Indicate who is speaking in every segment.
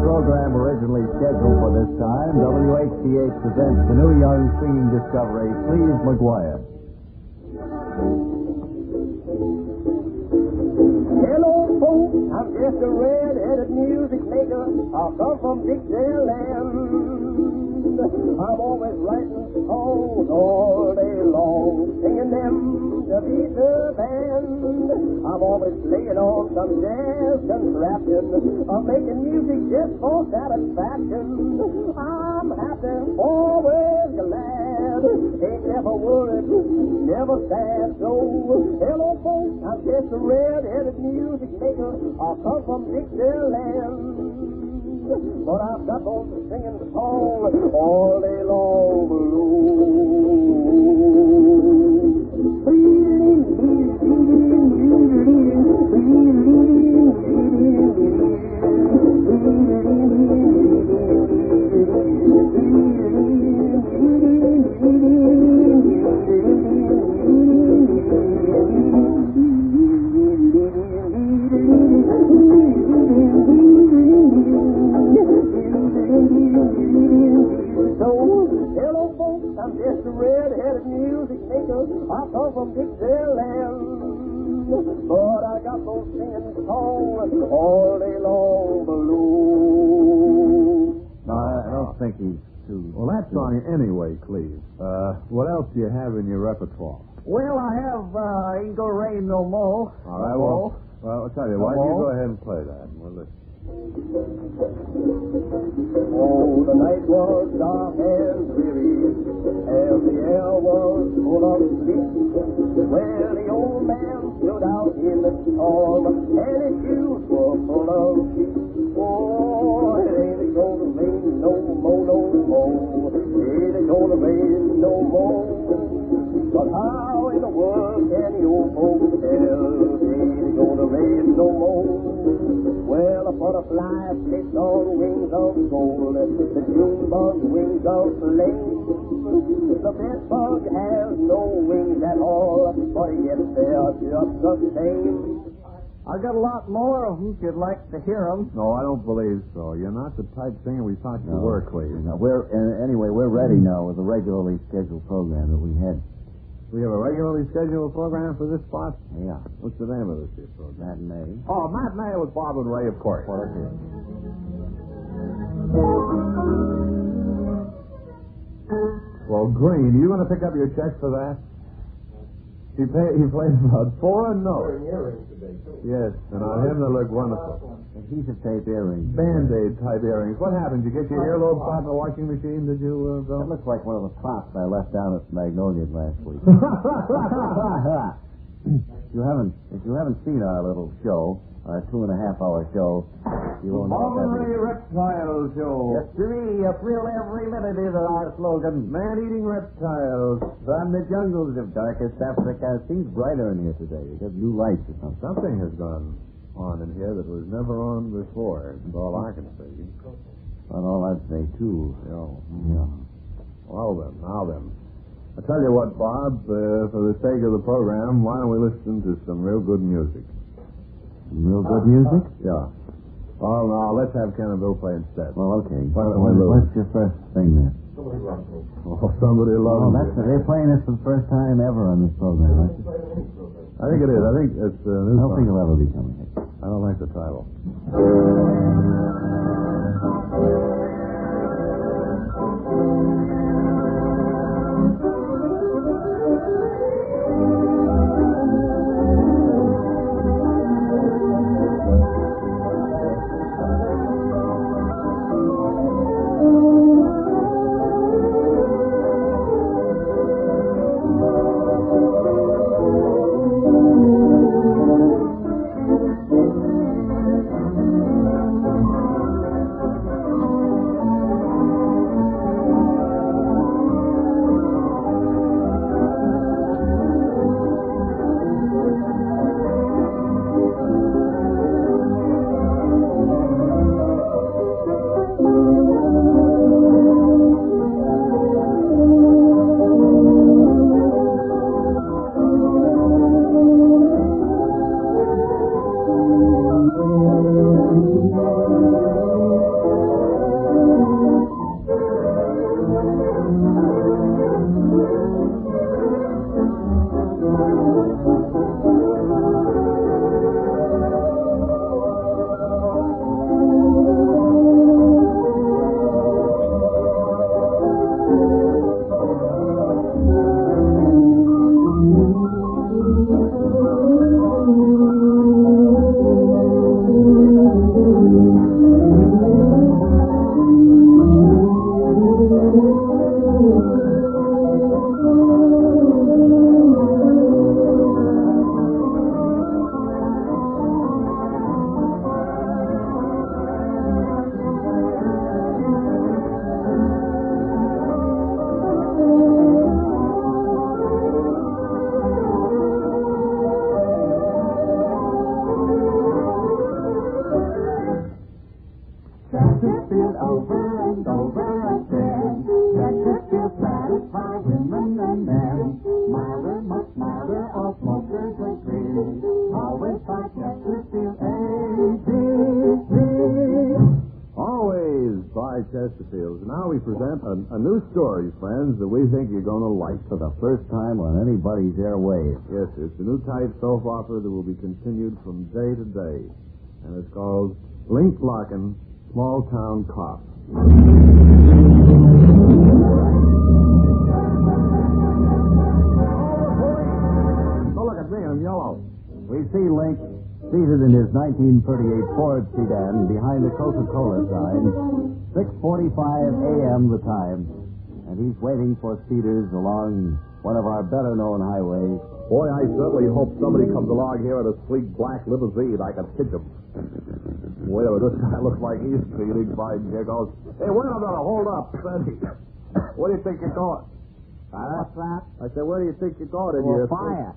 Speaker 1: program originally scheduled for this time, WHCH presents the new young singing discovery, Cleve McGuire.
Speaker 2: Hello, folks. I'm just a red-headed music maker. I come from Dixieland. I'm always writing songs all day long, singing them to beat the band. I'm always playing on some jazz contraption. I'm making music just for satisfaction. I'm happy, always glad. Ain't never worried, never sad. So, hello, folks. I'm just a red-headed music maker. I come from Dixieland. But I've got on the singing song all day long blue. So, hello folks, I'm just a red-headed music maker. I come from Dixieland. But I got those singing songs all day long blue.
Speaker 1: No, I don't think he's too.
Speaker 3: Well, that song anyway, Cleve. Uh, what else do you have in your repertoire?
Speaker 4: Well, I have uh, Ain't Gonna Rain No More.
Speaker 3: All right, well, well, I'll
Speaker 1: Uh,
Speaker 3: tell you. Why don't you go ahead and play that? and We'll listen.
Speaker 2: Oh, the night was dark and dreary, and the air was full of sleep. Well, the old man stood out in the storm, and his shoes were full of sheep. Oh, it ain't gonna rain no more, no more. It ain't gonna rain no more. But how in the world can you folks tell it ain't gonna rain no more? Well, a butterfly flips on wings of gold, the June bug wings of flame. The bed bug has no wings at all, but yet they're just the same.
Speaker 4: I got a lot more of them if you'd like to hear them.
Speaker 3: No, I don't believe so. You're not the type singer we thought you were, Cleve.
Speaker 1: No, we're, uh, anyway, we're ready now with the regularly scheduled program that we had.
Speaker 3: We have a regularly scheduled program for this spot.
Speaker 1: Yeah,
Speaker 3: What's the name of this here program?
Speaker 1: matinee.
Speaker 3: Oh, matinee with Bob and Ray, of course.
Speaker 1: What is it?
Speaker 3: Well, Green, are you going to pick up your check for that? He pay, he played about four notes. Yes, and on him they look wonderful.
Speaker 1: Adhesive tape earrings.
Speaker 3: Band-aid type earrings. What happened? Did you get your earlobe caught in the washing machine? Did you, uh,
Speaker 1: That
Speaker 3: Bill?
Speaker 1: looks like one of the props I left down at Magnolia's last week. if you haven't if you haven't seen our little show, our two and a half hour show, you won't know
Speaker 3: Bob and
Speaker 1: what that
Speaker 3: Ray
Speaker 1: is.
Speaker 3: Reptile Show.
Speaker 1: Yes, sirree, a thrill every minute is our slogan. Man-eating reptiles from the jungles of darkest Africa. Seems brighter in here today. They have new lights or something.
Speaker 3: Something has gone on in here that was never on before. That's all I can see.
Speaker 1: But all I'd say too.
Speaker 3: Yeah.
Speaker 1: Yeah.
Speaker 3: Well then, now then. I tell you what, Bob, uh, for the sake of the program, why don't we listen to some real good music?
Speaker 1: Some real good music.
Speaker 3: Yeah. Well, now, let's have Ken and Bill play instead.
Speaker 1: Well, okay.
Speaker 3: Why don't we
Speaker 1: What-
Speaker 3: lose?
Speaker 1: What's your first thing then?
Speaker 3: Oh, somebody
Speaker 1: Oh,
Speaker 3: loves it.
Speaker 1: that's they're playing this for the first time ever on this program. aren't they?
Speaker 3: I think it is. I think it's uh,
Speaker 1: I
Speaker 3: new
Speaker 1: don't think
Speaker 3: song.
Speaker 1: it'll ever be coming. hit.
Speaker 3: I don't like the title.
Speaker 2: Thank
Speaker 5: over and over again. That's just to satisfy women and men. Smiler, much smiler, all smokers agree. Always fight just to feel A, B, B.
Speaker 3: Always by Chesterfields. Now we present a, a new story, friends, that we think you're going to like.
Speaker 4: For the first time on anybody's airwaves.
Speaker 3: Yes, it's a new type soap opera that will be continued from day to day. And it's called Link Lockin' Small Town Cop. Don't look at me, I'm yellow.
Speaker 4: We see Link seated in his 1938 Ford sedan behind the Coca-Cola sign, 6.45 a.m. the time, and he's waiting for speeders along one of our better-known highways.
Speaker 3: Boy, I certainly hope somebody comes along here in a sleek black limousine. I can pitch him. Wait a minute, this guy looks like he's speeding by jiggles. Hey, wait a minute, hold up, Sandy. Where do you think you're going? Huh?
Speaker 4: What's that?
Speaker 3: I said, where do you think you're going in
Speaker 4: Well,
Speaker 3: here?
Speaker 4: fire.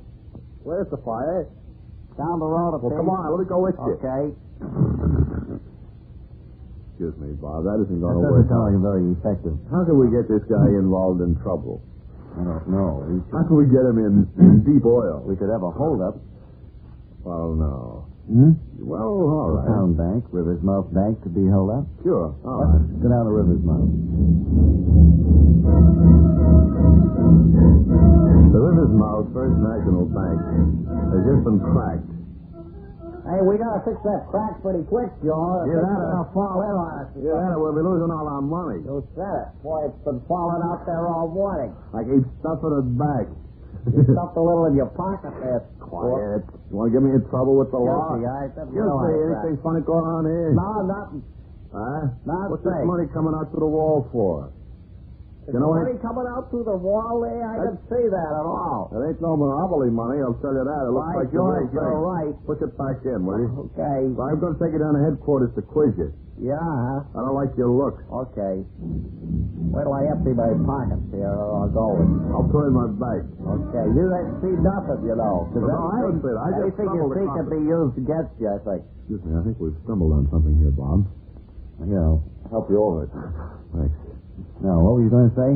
Speaker 3: Where's the fire?
Speaker 4: Down the road a
Speaker 3: Well,
Speaker 4: bit.
Speaker 3: come on, let me go with you.
Speaker 4: Okay.
Speaker 3: Excuse me, Bob. That isn't
Speaker 4: That
Speaker 3: going to
Speaker 4: doesn't
Speaker 3: work.
Speaker 4: sound like very effective.
Speaker 3: How can we get this guy involved in trouble?
Speaker 4: I don't know. We
Speaker 3: How can we get him in deep oil?
Speaker 4: we could have a holdup.
Speaker 3: Well, no.
Speaker 4: Hmm?
Speaker 3: Well, all right.
Speaker 4: Town Bank, Rivers Mouth Bank could be held up.
Speaker 3: sure. All right.
Speaker 4: Let's go down to Rivers Mouth.
Speaker 3: The Rivers Mouth First National Bank has just been cracked.
Speaker 2: Hey, we gotta fix that crack pretty quick, Joe.
Speaker 3: Yeah,
Speaker 2: It's
Speaker 3: that-
Speaker 2: gonna fall in on us.
Speaker 3: Yeah, that we'll be losing all our money.
Speaker 2: You said it. Boy, it's been falling out there all morning.
Speaker 3: I keep stuffing it back.
Speaker 2: Stuffed a little in your pocket there.
Speaker 3: Quiet. You want to get me in trouble with the law?
Speaker 2: Guilty, I didn't
Speaker 3: You
Speaker 2: realize
Speaker 3: say
Speaker 2: that.
Speaker 3: anything funny going on here?
Speaker 2: No, nothing.
Speaker 3: Huh?
Speaker 2: Not
Speaker 3: What's
Speaker 2: say.
Speaker 3: this money coming out through the wall for?
Speaker 2: Is
Speaker 3: You know what?
Speaker 2: money coming out through the wall there? I didn't see that at all.
Speaker 3: It ain't no monopoly money, I'll tell you that. It looks
Speaker 2: By
Speaker 3: like the real
Speaker 2: George,
Speaker 3: thing.
Speaker 2: you're right.
Speaker 3: Push it back in, will you?
Speaker 2: Okay.
Speaker 3: Well, I'm going to take you down to headquarters to quiz you.
Speaker 2: Yeah, huh?
Speaker 3: I don't like your looks.
Speaker 2: Okay. Where do I empty my pockets here, or I'll go with
Speaker 3: I'll turn my back.
Speaker 2: Okay, you ain't see nothing, you know. 'cause
Speaker 3: No, I
Speaker 2: that-
Speaker 3: haven't seen it. I just
Speaker 2: anything you
Speaker 3: stumbled
Speaker 2: see
Speaker 3: across
Speaker 2: could
Speaker 3: it.
Speaker 2: be used against you, I think.
Speaker 3: Excuse me, I think we've stumbled on something here, Bob.
Speaker 4: Here, I'll-
Speaker 3: Help you over it. Thanks.
Speaker 4: now, what were you going to say?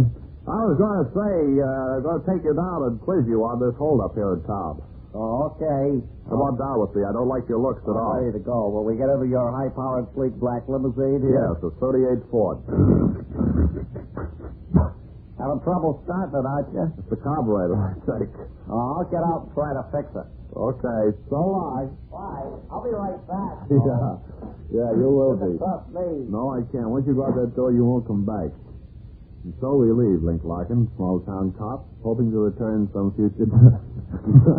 Speaker 3: I was going to say, uh, going to take you down and quiz you on this holdup here in town.
Speaker 2: Oh, okay.
Speaker 3: Come on down with me. I don't like your looks at all.
Speaker 2: Ready to go. Will we get into your high-powered, sleek black limousine here?
Speaker 3: Yes, a 38 Ford.
Speaker 2: Having trouble starting it, aren't you?
Speaker 3: It's the carburetor, I think.
Speaker 2: Oh, I'll get out and try to fix it.
Speaker 3: Okay, so long.
Speaker 2: Why? I'll be right back.
Speaker 3: Yeah, yeah, you will be.
Speaker 2: Trust me.
Speaker 3: No, I can't. Once you go out that door, you won't come back. And so we leave Link Larkin, small town cop, hoping to return some future.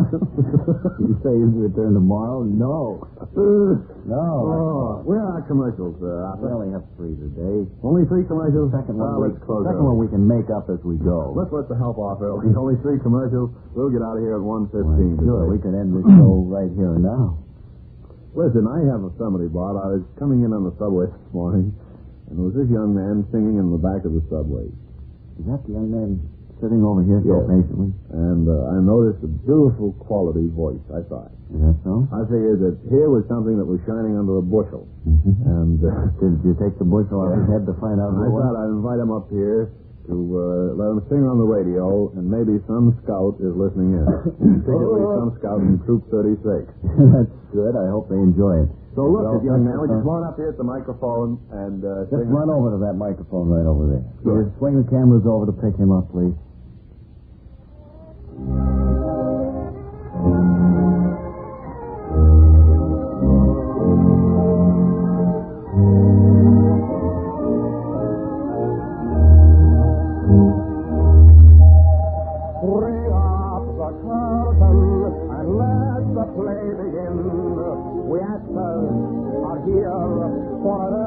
Speaker 4: You say you can return tomorrow? No.
Speaker 3: oh,
Speaker 4: No.
Speaker 3: where are our commercials, sir?
Speaker 4: We only have three today.
Speaker 3: Only three commercials.
Speaker 4: Second one,
Speaker 3: Well,
Speaker 4: we,
Speaker 3: let's close
Speaker 4: second
Speaker 3: early.
Speaker 4: one we can make up as we go.
Speaker 3: Let's let the help off early. Only three commercials. We'll get out of here at one fifteen.
Speaker 4: Sure, we can end this show right here and now.
Speaker 3: Listen, I have a somebody, Bob. I was coming in on the subway this morning, and there was this young man singing in the back of the subway.
Speaker 4: Is that the young man sitting over here so
Speaker 3: Yes.
Speaker 4: patiently?
Speaker 3: And uh, I noticed a beautiful quality voice, I thought.
Speaker 4: Is that so?
Speaker 3: I figured that here was something that was shining under a bushel.
Speaker 4: Mhm.
Speaker 3: And uh,
Speaker 4: Did you take the bushel off his head to find
Speaker 3: I
Speaker 4: out who it
Speaker 3: thought
Speaker 4: was?
Speaker 3: I'd invite him up here to uh, let him sing on the radio, and maybe some scout is listening in. Particularly some scout in Troop 36.
Speaker 4: That's good. I hope they enjoy it.
Speaker 3: So look,
Speaker 4: Well,
Speaker 3: this young man,
Speaker 4: uh,
Speaker 3: would you come on up here at the microphone and uh,
Speaker 4: Just
Speaker 3: sing?
Speaker 4: run over to that microphone right over there.
Speaker 3: Sure.
Speaker 4: Just swing the cameras over to pick him up, please.
Speaker 5: Bring up the curtain and let the play begin. We actors are here for a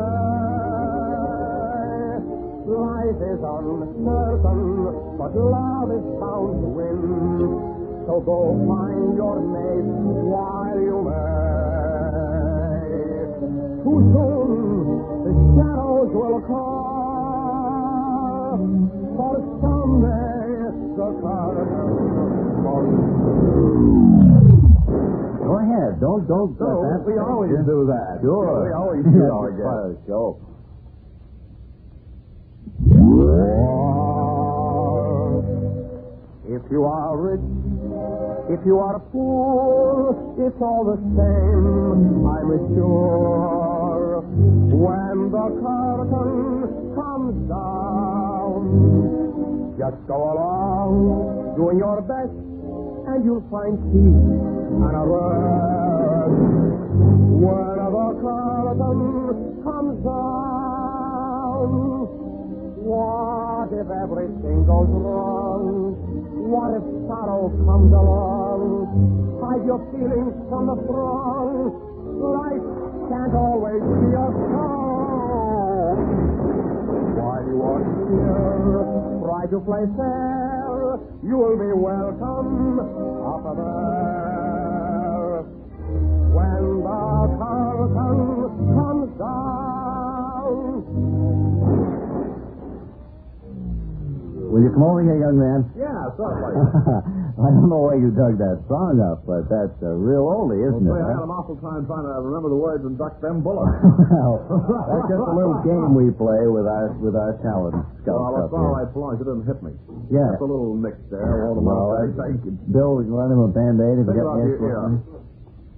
Speaker 5: night. Life is uncertain, but love is bound to win. So go find your mate while you may. Too soon the shadows will call, for someday the curtain falls.
Speaker 4: Go ahead. Don't, don't,
Speaker 3: So,
Speaker 4: let that
Speaker 3: we always do that.
Speaker 4: Sure.
Speaker 3: We always do our guests.
Speaker 4: That's part of the show.
Speaker 1: If you are rich, if you are poor, it's all the same, I'm sure. When the curtain comes down, just go along doing your best, and you'll find peace and a rest. When the curtain comes down, what if everything goes wrong? What if sorrow comes along? Hide your feelings from the throng. Life can't always be a song. While you are here, try to play fair. You will be welcome up there. When the curtain comes down.
Speaker 4: Will you come over here, young man?
Speaker 3: Yeah, something like that.
Speaker 4: I don't know where you dug that song up, but that's a real oldie,
Speaker 3: Well,
Speaker 4: isn't
Speaker 3: say,
Speaker 4: it?
Speaker 3: I had
Speaker 4: huh?
Speaker 3: an awful time trying to remember the words and duck them bullets.
Speaker 4: well, that's just a little game we play with our with our talent
Speaker 3: Well,
Speaker 4: scouts
Speaker 3: that's
Speaker 4: up
Speaker 3: all
Speaker 4: here.
Speaker 3: right, so long as you didn't hit me.
Speaker 4: Yeah.
Speaker 3: That's a little nick there. All the well,
Speaker 4: Well, that's-
Speaker 3: thank you.
Speaker 4: Bill, you lend him a band-aid if
Speaker 3: Take it
Speaker 4: you get
Speaker 3: off
Speaker 4: me
Speaker 3: your
Speaker 4: this one?
Speaker 3: ear.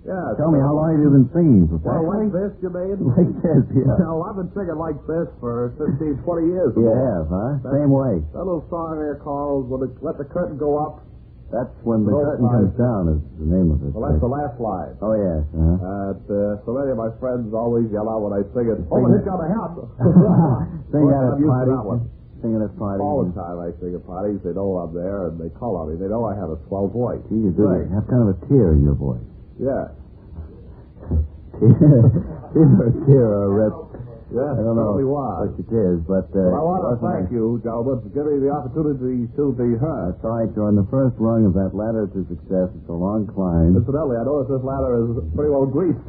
Speaker 3: Yeah.
Speaker 4: Tell me, how long have you been singing
Speaker 3: Well,
Speaker 4: professionally?
Speaker 3: like this, you mean?
Speaker 4: like this, yeah.
Speaker 3: Well, I've been singing like this for 15, 20 years.
Speaker 4: You have, huh? Same way.
Speaker 3: That little song there called When the, Let the Curtain Go Up.
Speaker 4: That's when the
Speaker 3: Both
Speaker 4: curtain comes down is the name of it.
Speaker 3: Well, that's the last line.
Speaker 4: Oh, yes,
Speaker 3: Uh,
Speaker 4: huh?
Speaker 3: uh, so many of my friends always yell out when I sing it. Oh,
Speaker 4: Sing
Speaker 3: but he's
Speaker 4: it.
Speaker 3: got a hat.
Speaker 4: Sing
Speaker 3: Well,
Speaker 4: at a
Speaker 3: I'm used to
Speaker 4: party.
Speaker 3: that one.
Speaker 4: Sing at a party.
Speaker 3: All the time I sing at parties. They know I'm there and they call on me. They know I have a swell voice.
Speaker 4: Gee, you do
Speaker 3: Right.
Speaker 4: have kind of a tear in your voice.
Speaker 3: Yeah.
Speaker 4: tear, tear, tear, or rip.
Speaker 3: Yeah,
Speaker 4: I don't know
Speaker 3: certainly was.
Speaker 4: what it is, but
Speaker 3: Well,
Speaker 4: uh,
Speaker 3: I want to
Speaker 4: wasn't
Speaker 3: thank you, gentlemen, for giving me the opportunity to be heard.
Speaker 4: That's all right. You're on the first rung of that ladder to success. It's a long climb.
Speaker 3: Incidentally, I notice this ladder is pretty well greased.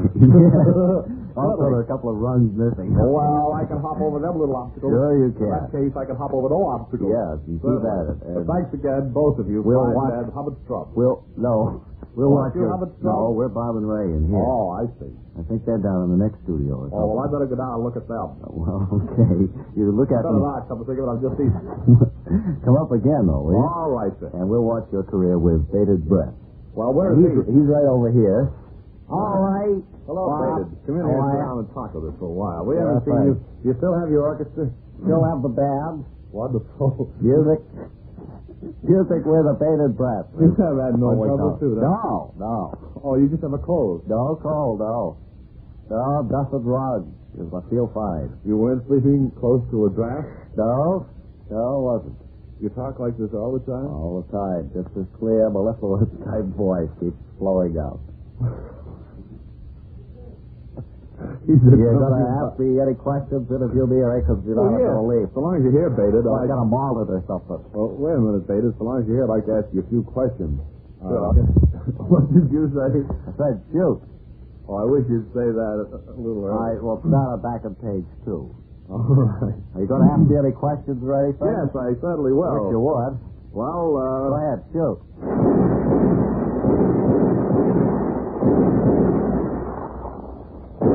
Speaker 4: also, there are a couple of rungs missing.
Speaker 3: Oh, well, I can hop over them little obstacles.
Speaker 4: Sure you
Speaker 3: In that
Speaker 4: can.
Speaker 3: case, I can hop over no obstacles.
Speaker 4: Yes, you keep at
Speaker 3: But
Speaker 4: it. And
Speaker 3: thanks again, both of you.
Speaker 4: We'll
Speaker 3: Fine
Speaker 4: watch-
Speaker 3: and Hubbard Strump.
Speaker 4: we'll no, we'll
Speaker 3: Oh,
Speaker 4: watch
Speaker 3: you
Speaker 4: your.
Speaker 3: haven't stopped?
Speaker 4: No, we're Bob and Ray in here.
Speaker 3: Oh, I see.
Speaker 4: I think they're down in the next
Speaker 3: Oh,
Speaker 4: studio. Or
Speaker 3: well, I
Speaker 4: something.
Speaker 3: better go down and look at them.
Speaker 4: Well, okay. You look at
Speaker 3: Better
Speaker 4: them.
Speaker 3: not come to think of it, I'm just eating.
Speaker 4: Come up again, though, will you?
Speaker 3: All right, then.
Speaker 4: And we'll watch your career with bated breath.
Speaker 3: Well, where is
Speaker 4: He's,
Speaker 3: he?
Speaker 4: he's right over here. All right.
Speaker 3: Hello, David.
Speaker 4: Bob.
Speaker 3: Come in here
Speaker 4: How
Speaker 3: and
Speaker 4: are
Speaker 3: sit
Speaker 4: ya?
Speaker 3: down and talk with us for a while. We
Speaker 4: Yeah,
Speaker 3: haven't seen you.
Speaker 4: thanks.
Speaker 3: You still have your orchestra?
Speaker 4: Still have the band.
Speaker 3: Wonderful.
Speaker 4: Music. Music with a bated breath.
Speaker 3: You have had no
Speaker 4: Wake
Speaker 3: trouble,
Speaker 4: up.
Speaker 3: too, then?
Speaker 4: No, no.
Speaker 3: Oh, you just have a cold.
Speaker 4: No cold, no. No, dusted rug. Because I feel fine.
Speaker 3: You weren't sleeping close to a draft?
Speaker 4: No, no, it wasn't.
Speaker 3: You talk like this all the time?
Speaker 4: All the time. Just as clear, mellifluous type voice keeps flowing out.
Speaker 3: He said,
Speaker 4: You're
Speaker 3: "No,
Speaker 4: gonna
Speaker 3: you-
Speaker 4: ask me any questions, interview me, or because you're
Speaker 3: Oh,
Speaker 4: not
Speaker 3: yeah.
Speaker 4: gonna leave.
Speaker 3: So long as you're here, Beta,
Speaker 4: Well, I
Speaker 3: I...
Speaker 4: got a mallet or something.
Speaker 3: Well, wait a minute, Beta. So long as you're here, I'd like to ask you a few questions.
Speaker 4: Uh,
Speaker 3: what did you say?
Speaker 4: I said, shoot.
Speaker 3: Oh, I wish you'd say that a, a little
Speaker 4: All right,
Speaker 3: earlier.
Speaker 4: well, start on back on page two.
Speaker 3: All right.
Speaker 4: Are you gonna ask me any questions or anything?
Speaker 3: Yes, I certainly
Speaker 4: Wish you
Speaker 3: will.
Speaker 4: would.
Speaker 3: Well,
Speaker 4: Go
Speaker 3: uh,
Speaker 4: ahead, shoot.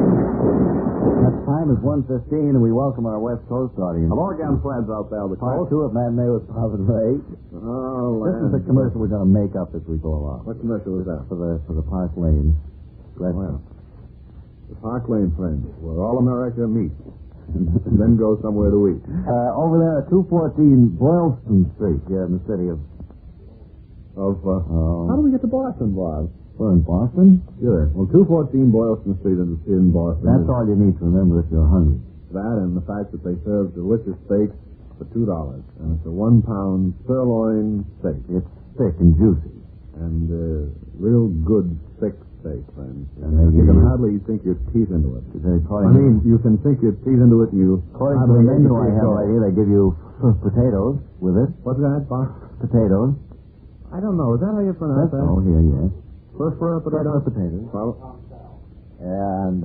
Speaker 4: That time is 1.15, and we welcome our West Coast audience.
Speaker 3: hello again, friends out there on the
Speaker 4: Part
Speaker 3: coast.
Speaker 4: two of Matinee with Bob and Ray.
Speaker 3: Oh,
Speaker 4: This is
Speaker 3: land.
Speaker 4: the commercial we're going to make up as we go along
Speaker 3: What commercial was that?
Speaker 4: for the for the Park Lane restaurant.
Speaker 3: The Park Lane Friends, where all America meets and then go somewhere to eat.
Speaker 4: Uh, over there at 214 Boylston Street here in the city of...
Speaker 3: Of, uh, how
Speaker 4: Oh,
Speaker 3: do we get to Boston, Bob?
Speaker 4: we're in Boston?
Speaker 3: Sure. Well, 214 Boylston Street in, in Boston.
Speaker 4: That's all you need to remember if you're hungry.
Speaker 3: That and the fact that they serve delicious steaks for $2. And it's a one pound sirloin steak.
Speaker 4: It's thick and juicy.
Speaker 3: And uh, real good thick steak, friends.
Speaker 4: And they
Speaker 3: you can
Speaker 4: give you-
Speaker 3: hardly sink your teeth into it.
Speaker 4: They
Speaker 3: I
Speaker 4: probably
Speaker 3: mean, you can sink your teeth into it and you.
Speaker 4: According to the
Speaker 3: hardly get
Speaker 4: menu
Speaker 3: your
Speaker 4: I have
Speaker 3: teeth
Speaker 4: right
Speaker 3: going.
Speaker 4: here, they give you uh, potatoes with it.
Speaker 3: What's that, Bob?
Speaker 4: Potatoes.
Speaker 3: I don't know. Is that how you pronounce
Speaker 4: That's all here, Oh, yes.
Speaker 3: that? First for a potato?
Speaker 4: potatoes.
Speaker 3: Well,
Speaker 4: And,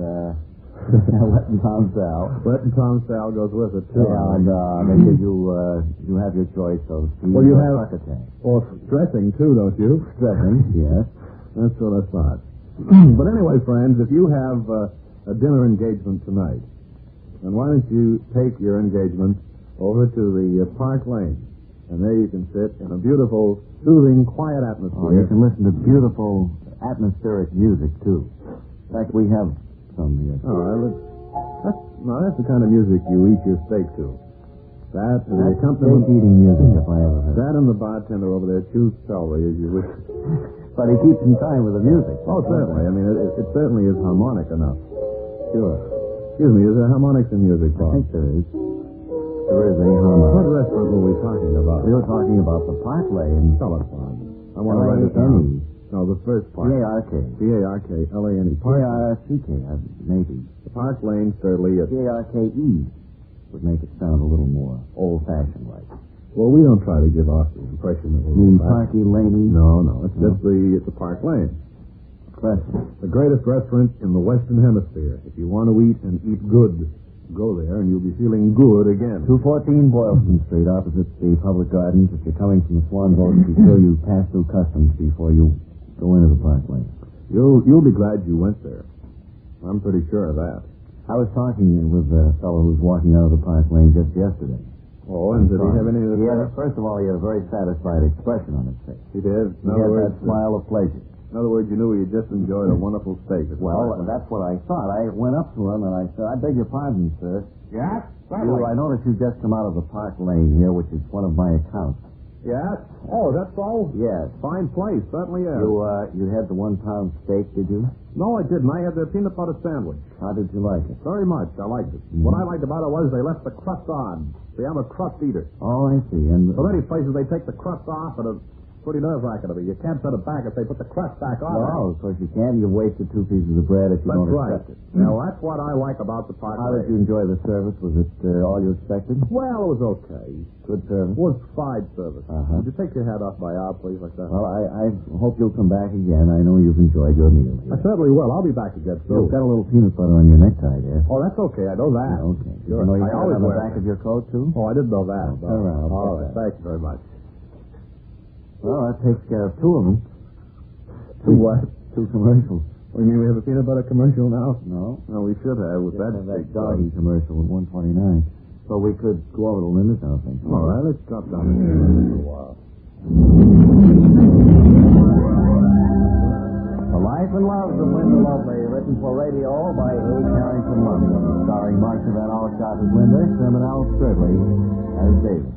Speaker 4: uh, wet and pound sal.
Speaker 3: Wet and Tom Sal goes with it, too.
Speaker 4: And, uh, they give you, uh, you have your choice of steamed
Speaker 3: Well, you
Speaker 4: or
Speaker 3: have-
Speaker 4: Succotash.
Speaker 3: Or dressing, too, don't you?
Speaker 4: Dressing, yes.
Speaker 3: That's what I thought. but anyway, friends, if you have uh, a dinner engagement tonight, then why don't you take your engagement over to the uh, park lane. And there you can sit in a beautiful, soothing, quiet
Speaker 1: Oh, you
Speaker 3: atmosphere.
Speaker 1: can listen to beautiful atmospheric music, too. In fact, we have some here.
Speaker 3: All right, let's. That's, now, that's the kind of music you eat your steak to. That and the
Speaker 1: That's
Speaker 3: accompaniment.
Speaker 1: steak eating music, if I ever heard.
Speaker 3: That and the bartender over there chews celery as you wish.
Speaker 1: But he keeps in time with the music.
Speaker 3: Oh, certainly. I mean, it, it- it certainly is harmonic enough. Sure. Excuse me, is there harmonics in music,
Speaker 1: I
Speaker 3: Bob?
Speaker 1: think there is. There is a
Speaker 3: What
Speaker 1: harmonic.
Speaker 3: restaurant were we talking about?
Speaker 1: We were talking about the Park Lane.
Speaker 3: Telephone. I want to
Speaker 1: L A
Speaker 3: write it
Speaker 1: N E.
Speaker 3: down. No, the first part.
Speaker 1: P-A-R-K.
Speaker 3: P-A-R-K-L-A-N-E. Park,
Speaker 1: P-A-R-C-K, uh, maybe.
Speaker 3: E. Park Lane, Sturley. It's-
Speaker 1: P-A-R-K-E would make it sound a little more old-fashioned like.
Speaker 3: Well, we don't try to give off the impression that we're...
Speaker 1: You mean Parky Laney?
Speaker 3: No, no. It's
Speaker 1: No.
Speaker 3: just the... It's a Park Lane.
Speaker 1: Classic.
Speaker 3: The greatest restaurant in the Western Hemisphere. If you want to eat and eat good, go there and you'll be feeling good again.
Speaker 1: 214 Boylston Street, opposite the public gardens. If you're coming from the Swan Boat, be sure you pass through customs before you go into the Park Lane.
Speaker 3: You'll you'll be glad you went there. I'm pretty sure of that.
Speaker 1: I was talking with a fellow who was walking out of the Park Lane just yesterday.
Speaker 3: Oh, and did he have any of
Speaker 1: He
Speaker 3: the?
Speaker 1: had a- first of all, he had a very satisfied expression on his face.
Speaker 3: He did. In
Speaker 1: He
Speaker 3: other
Speaker 1: had
Speaker 3: words, uh,
Speaker 1: that smile of pleasure.
Speaker 3: in other words, you knew he had just enjoyed a wonderful steak. At
Speaker 1: Well,
Speaker 3: last.
Speaker 1: that's what I thought. I went up to him and I said, I beg your pardon, sir.
Speaker 3: yes,
Speaker 1: You, I noticed you just come out of the Park Lane here, which is one of my accounts.
Speaker 3: yes. Oh, that's all.
Speaker 1: Yes.
Speaker 3: Fine place, certainly is.
Speaker 1: You, uh, you had the one pound steak, did you?
Speaker 3: No, I didn't. I had their peanut butter sandwich.
Speaker 1: How did you like it? Mm-hmm.
Speaker 3: Very much. I liked it. What I liked about it was they left the crust on. See, I'm a crust eater.
Speaker 1: Oh, I see. And
Speaker 3: So many places they take the crust off, and it's pretty nerve wracking to me. You can't send it back if they put the crust back on. it.
Speaker 1: Well, of course you can. You've wasted two pieces of bread if you
Speaker 3: That's
Speaker 1: don't
Speaker 3: right.
Speaker 1: accept it.
Speaker 3: Now, that's what I like about the park.
Speaker 1: How
Speaker 3: Lane.
Speaker 1: did you enjoy the service? Was it uh, all you expected?
Speaker 3: Well, it was okay.
Speaker 1: Good
Speaker 3: It
Speaker 1: service.
Speaker 3: was fine service.
Speaker 1: Uh-huh.
Speaker 3: Would you take your hat off my arm, please, like that?
Speaker 1: Well, I, I hope you'll come back again. I know you've enjoyed your meal
Speaker 3: I
Speaker 1: here.
Speaker 3: certainly will. I'll be back again soon.
Speaker 1: You've got a little peanut butter on your necktie there.
Speaker 3: Oh, that's okay. I know that.
Speaker 1: Okay. Did
Speaker 3: Sure.
Speaker 1: You know you
Speaker 3: I
Speaker 1: got it
Speaker 3: always
Speaker 1: on the
Speaker 3: wear
Speaker 1: back
Speaker 3: it.
Speaker 1: of your coat, too?
Speaker 3: Oh, I didn't know that.
Speaker 1: Oh, all right, I'll
Speaker 3: All right.
Speaker 1: get that.
Speaker 3: Thank you very much.
Speaker 1: Well, that takes care
Speaker 3: uh,
Speaker 1: of two of them.
Speaker 3: Two what?
Speaker 1: Two commercials.
Speaker 3: You mean we have a peanut butter commercial now?
Speaker 1: No.
Speaker 3: No, we should have. With
Speaker 1: Just
Speaker 3: that
Speaker 1: have that
Speaker 3: big
Speaker 1: doggy commercial at 129. So we could go over the limit now, I think.
Speaker 3: All right, let's drop down here for a while.
Speaker 1: The Life and Loves of Linda Lovely, written for radio by A. Carrington Love, starring Marcia Van Alcott as Linda, Sherman Al Stridley as David.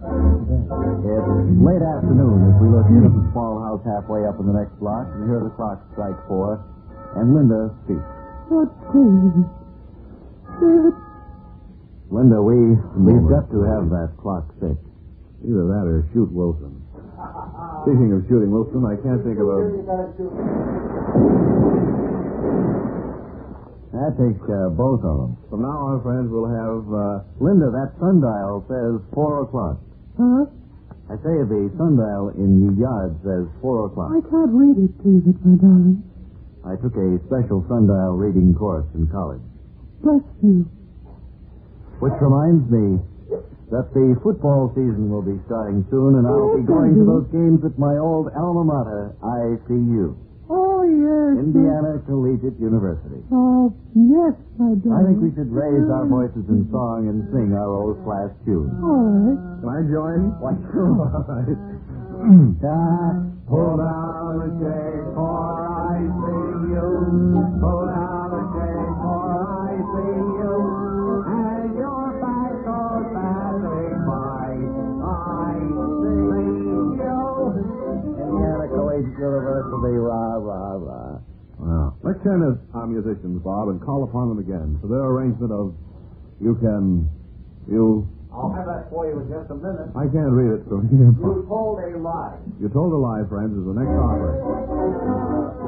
Speaker 1: It's late afternoon as we look in at the small house halfway up in the next block and hear the clock strike four, and Linda speaks.
Speaker 5: Oh, David. David.
Speaker 1: Linda, we, we've got to have that clock fixed.
Speaker 3: Either that or shoot Wilson. Speaking of shooting Wilson, I can't think of a.
Speaker 1: That takes care of uh, both of them.
Speaker 3: From now on, friends, we'll have. Uh,
Speaker 1: Linda, that sundial says four o'clock.
Speaker 5: Huh?
Speaker 1: I say the sundial in the yard says four o'clock.
Speaker 5: I can't read it, David, my darling.
Speaker 1: I took a special sundial reading course in college.
Speaker 5: Bless you.
Speaker 1: Which reminds me that the football season will be starting soon, and I'll be going to those games at my old alma mater, ICU,
Speaker 5: Oh, yes.
Speaker 1: Indiana Collegiate University.
Speaker 5: Oh, yes, my
Speaker 1: I
Speaker 5: darling.
Speaker 1: think we should raise our voices in song and sing our old class tune.
Speaker 5: All right.
Speaker 3: can I join?
Speaker 1: Why,
Speaker 3: Hmm. Pull down a chair for I see you. Pull down a chair for I see you. And your back goes passing by. I see you.
Speaker 1: Indiana Collegiate University, rah, rah, rah.
Speaker 3: Wow. Let's turn to our musicians, Bob, and call upon them again for their arrangement of You Can. You.
Speaker 2: I'll have that for you in just a minute.
Speaker 3: I can't read it from here. Bob.
Speaker 2: You told a lie.
Speaker 3: You told a lie, friends, is the next opera.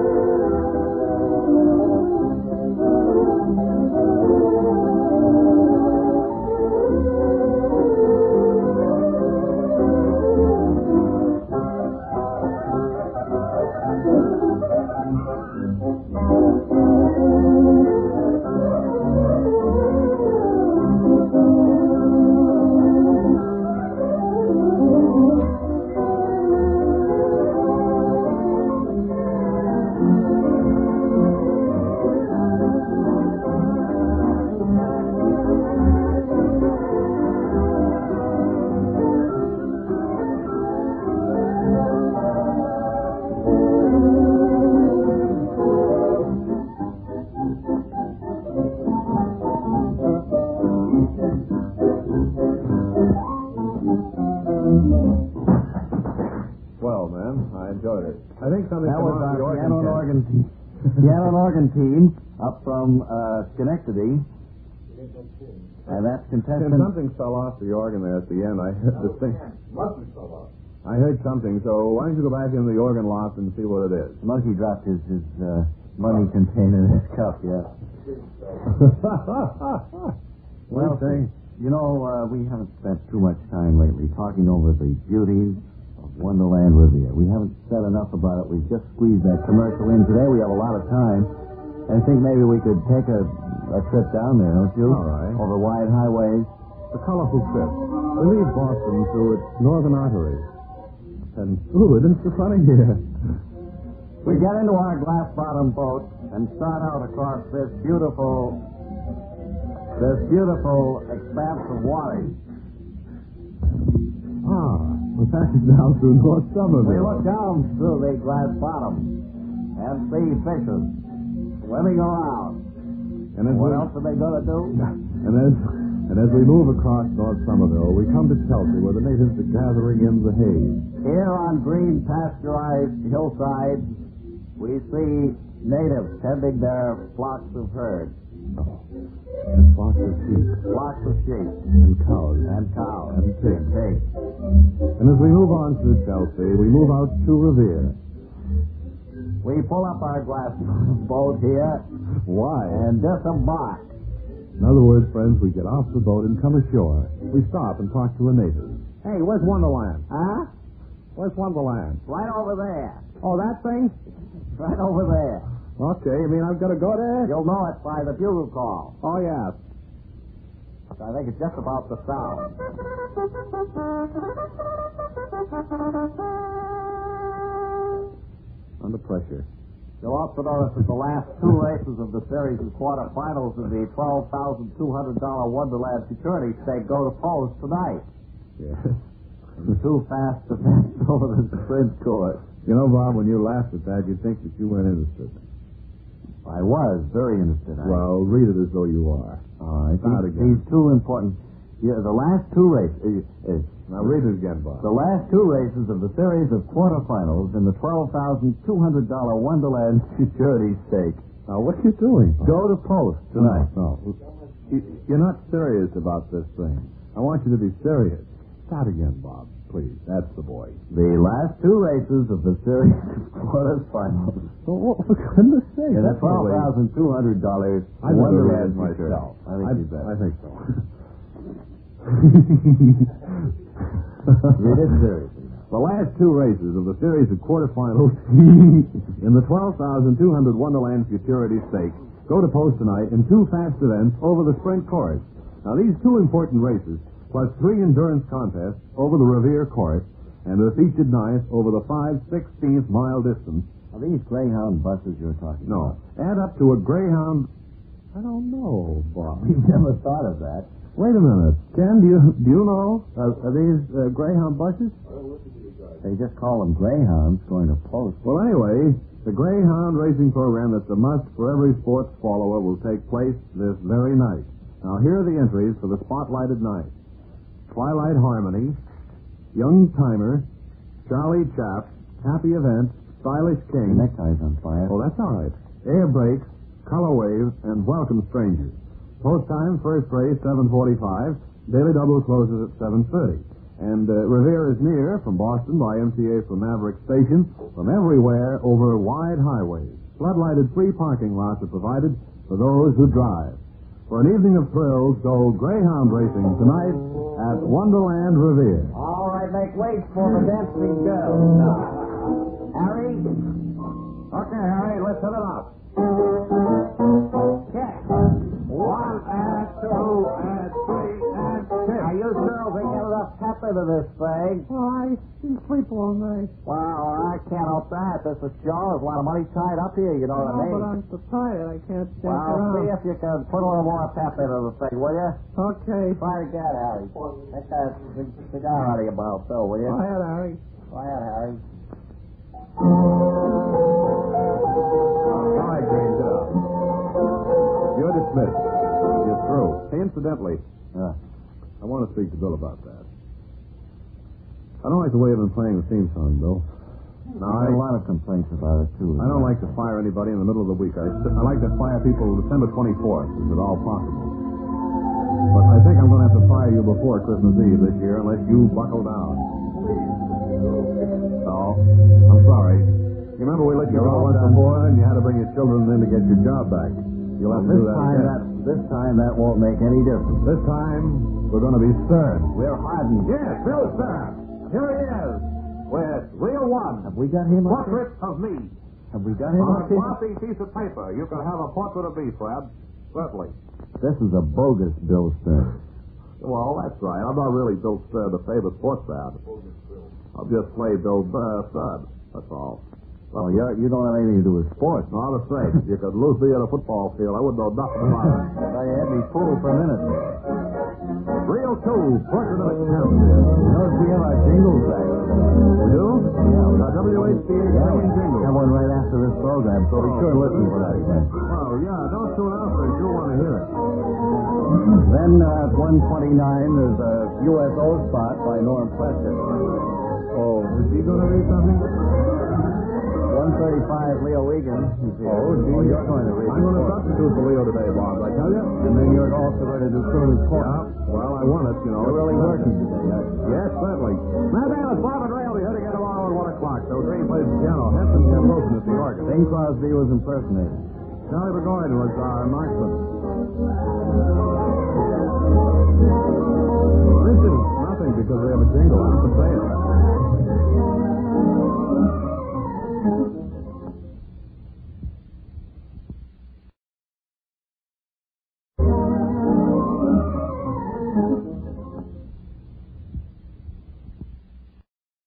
Speaker 5: Oh,
Speaker 3: time. I enjoyed it. I think something
Speaker 1: That was
Speaker 3: from
Speaker 1: our
Speaker 3: the organ
Speaker 1: piano
Speaker 3: tent.
Speaker 1: and organ team. piano and organ team up from uh, Schenectady. And that's
Speaker 3: Tim,
Speaker 1: contestant.
Speaker 3: something fell off the organ there at the end. I heard the thing. I heard something, so why don't you go back into the organ loft and see what it is?
Speaker 1: Monkey dropped his, his uh, money container in his cup, yeah.
Speaker 3: Well, thing.
Speaker 1: You know, uh, we haven't spent too much time lately talking over the beauties of Wonderland Riviera. We haven't said enough about it. We've just squeezed that commercial in today. We have a lot of time. I think maybe we could take a, a trip down there, don't you?
Speaker 3: All right.
Speaker 1: Over wide highways.
Speaker 3: A colorful trip. We leave Boston through its northern artery. And, ooh, isn't it funny here?
Speaker 1: We get into our glass bottom boat and start out across this beautiful, this beautiful expanse of water.
Speaker 3: Ah, we're passing down through North
Speaker 1: We
Speaker 3: Somerville.
Speaker 1: look down through the glass bottom and see fishes swimming around.
Speaker 3: and as
Speaker 1: What
Speaker 3: we,
Speaker 1: else are they going to do?
Speaker 3: And as and as we move across North Somerville, we come to Chelsea, where the natives are gathering in the haze.
Speaker 1: Here on green pasturized hillsides, we see natives tending their flocks of herds,
Speaker 3: Oh, And flocks of sheep
Speaker 1: flocks of sheep
Speaker 3: and cows.
Speaker 1: and cows
Speaker 3: And pigs.
Speaker 1: and pigs.
Speaker 3: And as we move on through Chelsea, we move out to Revere.
Speaker 1: We pull up our glass boat here
Speaker 3: Why?
Speaker 1: and disembark.
Speaker 3: In other words, friends, we get off the boat and come ashore. We stop and talk to a native. Hey, where's Wonderland?
Speaker 1: Huh?
Speaker 3: Where's Wonderland?
Speaker 1: Right over there.
Speaker 3: Oh, that thing?
Speaker 1: Right over there.
Speaker 3: Okay, you mean I've got to go there?
Speaker 1: You'll know it by the bugle call.
Speaker 3: Oh, yeah.
Speaker 1: I think it's just about the sound.
Speaker 3: Under pressure.
Speaker 1: You'll also notice that the last two races of the series and quarterfinals of the $12,200 Wonderland Security Stake go to Post tonight.
Speaker 3: Yeah.
Speaker 1: The two fast defense over the sprint course.
Speaker 3: You know, Bob, when you laughed at that, you'd think that you weren't interested.
Speaker 1: I was very interested. I,
Speaker 3: Well, read it as though you are.
Speaker 1: all right.
Speaker 3: not
Speaker 1: These,
Speaker 3: again.
Speaker 1: these two important. Yeah, the last two races. Uh, uh,
Speaker 3: Now read it again, Bob.
Speaker 1: The last two races of the series of quarterfinals in the $12,200 Wonderland Security Stake
Speaker 3: Now, what are you doing?
Speaker 1: go to post tonight.
Speaker 3: No, no. You- You're not serious about this thing. I want you to be serious. Start again, Bob, please. That's the boy.
Speaker 1: The last two races of the series of quarterfinals
Speaker 3: Oh, what, for goodness sake.
Speaker 1: in the
Speaker 3: the way-
Speaker 1: $12,200
Speaker 3: I wonder read it
Speaker 1: Wonderland Security.
Speaker 3: myself.
Speaker 1: I think you better.
Speaker 3: I think so.
Speaker 1: Read it seriously.
Speaker 3: The last two races of the series of quarterfinals in the 12,200 Wonderland Futurity Stakes go to post tonight in two fast events over the sprint course. Now, these two important races, plus three endurance contests over the Revere course, and the featured ninth over the 5 16th mile distance,
Speaker 1: Are these Greyhound buses you're talking
Speaker 3: no, add up to a Greyhound. I don't know, Bob.
Speaker 1: about? We've never thought of that.
Speaker 3: Wait a minute. Ken, do you, do you know? Uh, are these uh, Greyhound buses?
Speaker 1: They just call them Greyhounds going to post.
Speaker 3: Well, anyway, the Greyhound racing program that's a must for every sports follower will take place this very night. Now, here are the entries for the spotlighted night Twilight Harmony, Young Timer, Charlie Chap, Happy Event, Stylish
Speaker 1: The
Speaker 3: King.
Speaker 1: neckties on fire.
Speaker 3: Oh, that's all right. Air Brakes, Color Wave, and Welcome Strangers. Post time, first race, 745. Daily Double closes at 7.30. And uh, Revere is near from Boston by MTA from Maverick Station, from everywhere over wide highways. Floodlighted free parking lots are provided for those who drive. For an evening of thrills, go Greyhound racing tonight at Wonderland Revere.
Speaker 1: All right, make way for the dancing girls. Now, Harry? Okay, Harry, let's set it up. Check. One and two and three and six. Now, you girls ain't got enough pep into this thing.
Speaker 5: Oh, I didn't sleep all night.
Speaker 1: Well, I can't help that. This is Joe. There's a lot of money tied up here, you know what I
Speaker 5: Oh, but
Speaker 1: mean?
Speaker 5: I'm so tired. I can't stand
Speaker 1: Well, see
Speaker 5: around.
Speaker 1: if you can put a little more pep into the thing, will you?
Speaker 5: Okay.
Speaker 1: Try again, Harry. Take that cigar out of your mouth, Bill, will you?
Speaker 5: Go ahead, Harry.
Speaker 1: Go ahead, Harry.
Speaker 3: All right, Green, get up. You're dismissed. You're through. Hey, incidentally,
Speaker 1: Uh,
Speaker 3: I want to speak to Bill about that. I don't like the way you've been playing the theme song, Bill. Now,
Speaker 1: I
Speaker 3: I,
Speaker 1: had a lot of complaints about it, too.
Speaker 3: I don't like to fire anybody in the middle of the week. I, I like to fire people December 24th, if at all possible. But I think I'm going to have to fire you before Christmas Eve this year unless you buckle down. No, I'm sorry. You remember we let you
Speaker 1: You're
Speaker 3: go
Speaker 1: all
Speaker 3: once
Speaker 1: done.
Speaker 3: before and you had to bring your children in to get your job back. You'll have to
Speaker 1: This
Speaker 3: do that
Speaker 1: time,
Speaker 3: again.
Speaker 1: that, this time that won't make any difference.
Speaker 3: This time, we're going to be stern.
Speaker 1: We're hardened.
Speaker 3: Yes, Bill Stern. Here he is. With real one.
Speaker 1: Have we got him up here?
Speaker 3: Portrait of me.
Speaker 1: Have we got him
Speaker 3: On a
Speaker 1: up here?
Speaker 3: glossy piece of paper, you can have a portrait of me, Fred. Certainly.
Speaker 1: This is a bogus Bill Stern.
Speaker 3: Well, that's right. I'm not really Bill Stern, the famous sports ad. I'll just play Bill uh, Stern. That's all.
Speaker 1: Well, you're, you don't have anything to do with sports.
Speaker 3: Not a thing. You could lose me in a football field. I wouldn't know nothing about it.
Speaker 1: Well, you had me fooled for a minute.
Speaker 3: Real two, portrait of a
Speaker 1: You
Speaker 3: champion.
Speaker 1: notice we have our jingles back.
Speaker 3: You Uh, do? Yeah. WHC Italian jingle.
Speaker 1: Have one right after this program, so be sure and listen for that again.
Speaker 3: Oh, yeah, don't tune out, but you want to hear it.
Speaker 1: Then uh, at 129, there's a USO spot by Norm Preston.
Speaker 3: Oh, is he going to read something?
Speaker 1: 135, Leo Egan. is here.
Speaker 3: gee,
Speaker 1: you're going to read
Speaker 3: Oh, I'm going to
Speaker 1: sports.
Speaker 3: substitute for Leo today, Bob, I tell you.
Speaker 1: And then you're also going to do Cronin's
Speaker 3: Yeah,
Speaker 1: Corner.
Speaker 3: well, I won it, you know.
Speaker 1: You're really working today, aren't you?
Speaker 3: Yes, certainly. Now, that is Bob and Ray will be here together tomorrow at 1 o'clock. So, Green plays the piano. Henson Tim Wilson is the organ.
Speaker 1: Bing Crosby was impersonated.
Speaker 3: Charlie Burgoyne was our marksman. This is nothing because we have a jingle. I'm for sale.